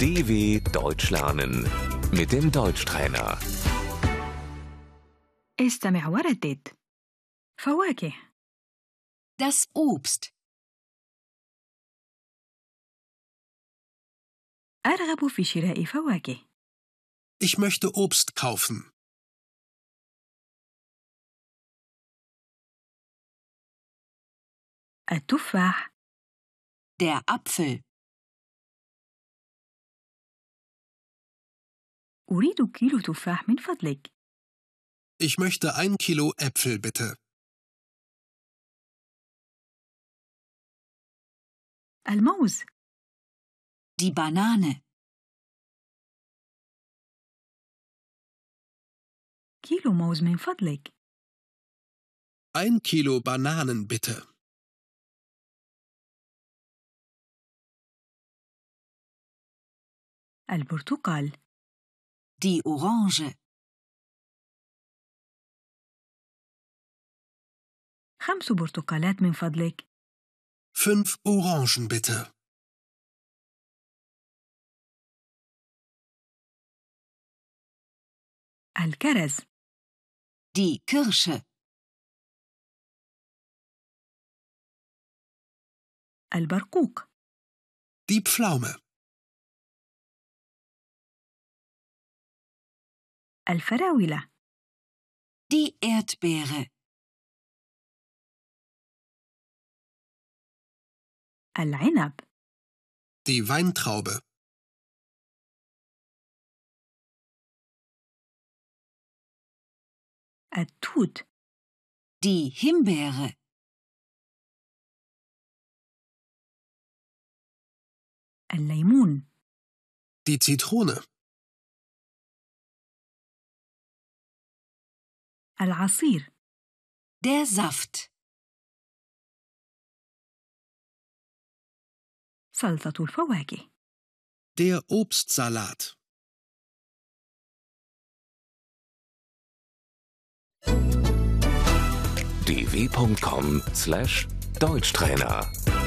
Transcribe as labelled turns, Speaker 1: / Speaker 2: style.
Speaker 1: DW Deutsch lernen mit dem Deutschtrainer.
Speaker 2: استمع وردد فواكه
Speaker 3: Das Obst.
Speaker 2: أرغب في شراء فواكه
Speaker 4: Ich möchte Obst kaufen.
Speaker 2: التفاح
Speaker 3: Der Apfel.
Speaker 2: أريد كيلو تفاح من فضلك
Speaker 4: Ich möchte ein Kilo Äpfel bitte.
Speaker 2: الموز
Speaker 3: Die Banane.
Speaker 2: كيلو موز من فضلك
Speaker 4: Ein Kilo Bananen bitte.
Speaker 2: البرتقال
Speaker 3: Die Orange.
Speaker 2: خمس برتقالات من فضلك
Speaker 4: Fünf Orangen bitte.
Speaker 2: الكرز
Speaker 3: Die Kirsche.
Speaker 2: البرقوق
Speaker 4: Die Pflaume.
Speaker 2: الفراولة
Speaker 3: Die Erdbeere.
Speaker 2: العنب
Speaker 4: Die Weintraube.
Speaker 2: التوت
Speaker 3: Die Himbeere.
Speaker 2: الليمون
Speaker 4: Die Zitrone.
Speaker 2: العصير
Speaker 3: Der Saft.
Speaker 2: سلطة الفواكه
Speaker 4: Der Obstsalat.
Speaker 1: dw.com/deutschtrainer